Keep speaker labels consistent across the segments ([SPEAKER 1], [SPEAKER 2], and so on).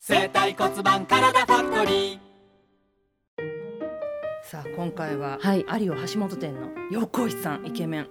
[SPEAKER 1] 生体骨盤体ファクトリー
[SPEAKER 2] さあ今回は、
[SPEAKER 3] はい
[SPEAKER 2] 有尾橋本店の横井さんイケメン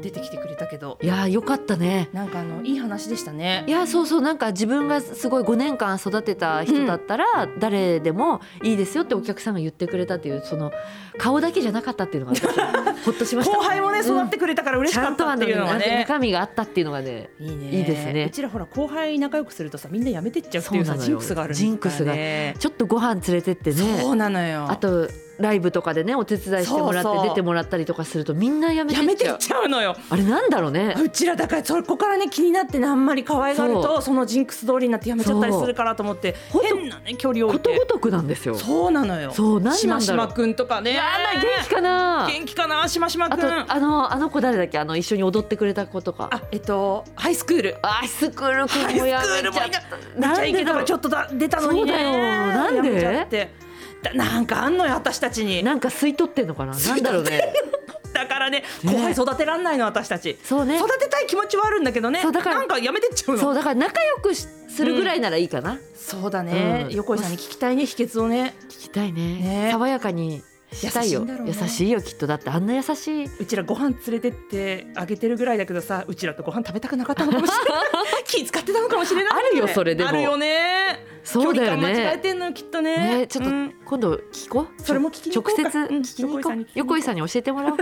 [SPEAKER 2] 出てきてくれたけど
[SPEAKER 3] いやーよかったね
[SPEAKER 2] なんかあのいい話でしたね
[SPEAKER 3] いやそうそうなんか自分がすごい5年間育てた人だったら、誰でもいいですよってお客さんが言ってくれたっていうその顔だけじゃなかったっていうのが 私ほっとしました
[SPEAKER 2] 後輩もね育ってくれたから嬉し
[SPEAKER 3] ちゃ
[SPEAKER 2] かっ
[SPEAKER 3] んと
[SPEAKER 2] た
[SPEAKER 3] あ
[SPEAKER 2] っ
[SPEAKER 3] の
[SPEAKER 2] ていうのは
[SPEAKER 3] なんか
[SPEAKER 2] ね
[SPEAKER 3] 中身があったっていうのがね
[SPEAKER 2] いいね
[SPEAKER 3] いいですね
[SPEAKER 2] うちらほら後輩仲良くするとさみんなやめてっちゃうっていう
[SPEAKER 3] そう
[SPEAKER 2] さ
[SPEAKER 3] なのよ
[SPEAKER 2] ジンクスがあるんです
[SPEAKER 3] ジンクスが
[SPEAKER 2] ね
[SPEAKER 3] ちょっとご飯連れてって
[SPEAKER 2] そ
[SPEAKER 3] ね
[SPEAKER 2] うなのよ
[SPEAKER 3] あとライブとかでねお手伝いしてもらっ
[SPEAKER 2] そうそ
[SPEAKER 3] て
[SPEAKER 2] う
[SPEAKER 3] 出てもらったりとかするとみんなやめて
[SPEAKER 2] や
[SPEAKER 3] っ
[SPEAKER 2] め
[SPEAKER 3] ち
[SPEAKER 2] て
[SPEAKER 3] ゃ
[SPEAKER 2] っ
[SPEAKER 3] う
[SPEAKER 2] ちゃうのよ
[SPEAKER 3] あれなんだろうね
[SPEAKER 2] うちらだからそこからね気になってねあんまり可愛がる
[SPEAKER 3] そ
[SPEAKER 2] とそのジンクス通りになってやめちゃったりするからと思って
[SPEAKER 3] そう
[SPEAKER 2] 変なね距離を置
[SPEAKER 3] こ
[SPEAKER 2] い
[SPEAKER 3] とご
[SPEAKER 2] て
[SPEAKER 3] とくなんですよ
[SPEAKER 2] そうなのよ
[SPEAKER 3] そう何
[SPEAKER 2] し
[SPEAKER 3] な
[SPEAKER 2] ま
[SPEAKER 3] ん
[SPEAKER 2] し
[SPEAKER 3] だろ
[SPEAKER 2] ま
[SPEAKER 3] う
[SPEAKER 2] くんとかね
[SPEAKER 3] あんまり元気かな
[SPEAKER 2] 元気かなしましま
[SPEAKER 3] あ
[SPEAKER 2] くんあ
[SPEAKER 3] とあのあの子誰だっけあの一緒に踊ってくれた子とか
[SPEAKER 2] えっとハイスクール
[SPEAKER 3] アイスクール君もやめちゃった
[SPEAKER 2] な
[SPEAKER 3] なん
[SPEAKER 2] で
[SPEAKER 3] ん
[SPEAKER 2] だ
[SPEAKER 3] でだ
[SPEAKER 2] か
[SPEAKER 3] ろ
[SPEAKER 2] ら
[SPEAKER 3] う
[SPEAKER 2] ちょっとだ出たのにね
[SPEAKER 3] そうだよなんで
[SPEAKER 2] やめちゃってだなんかあんのよ私たちに
[SPEAKER 3] なんか吸い取ってんのかな
[SPEAKER 2] 吸
[SPEAKER 3] ない
[SPEAKER 2] 取
[SPEAKER 3] ん
[SPEAKER 2] って
[SPEAKER 3] だ
[SPEAKER 2] んの
[SPEAKER 3] ろう ね
[SPEAKER 2] だからね
[SPEAKER 3] ね
[SPEAKER 2] 後輩育てらんないの私たち
[SPEAKER 3] そうね
[SPEAKER 2] 育てたい気持ちはあるんだけどね
[SPEAKER 3] そうだから
[SPEAKER 2] なんかやめてっちゃう
[SPEAKER 3] そ
[SPEAKER 2] の
[SPEAKER 3] うだから仲良くしするぐらいならいいかな、
[SPEAKER 2] そうだ
[SPEAKER 3] ね横井さんに
[SPEAKER 2] 聞きたいね秘訣をね
[SPEAKER 3] 聞きたいね
[SPEAKER 2] ね
[SPEAKER 3] 爽やかにしたいよ
[SPEAKER 2] 優しいんだろう
[SPEAKER 3] 優
[SPEAKER 2] ね
[SPEAKER 3] しいよきっとだってあんな優しいう
[SPEAKER 2] ちらご飯連れてってあげてるぐらいだけどさうちらとご飯食べたくなかったのかもしれない 気使ってたのかもしれないね
[SPEAKER 3] あるよそれでも
[SPEAKER 2] あるよね
[SPEAKER 3] そうだよ
[SPEAKER 2] 距離感間違え
[SPEAKER 3] ね
[SPEAKER 2] てんのよきっとね
[SPEAKER 3] ねちょっと
[SPEAKER 2] うん
[SPEAKER 3] 今度聞こう
[SPEAKER 2] それも聞きに行こうか
[SPEAKER 3] 直接
[SPEAKER 2] うん
[SPEAKER 3] 聞きに行
[SPEAKER 2] 横
[SPEAKER 3] こ
[SPEAKER 2] 井さんに聞きに行こ
[SPEAKER 3] う
[SPEAKER 2] う
[SPEAKER 3] 横井さんに教えてもらおう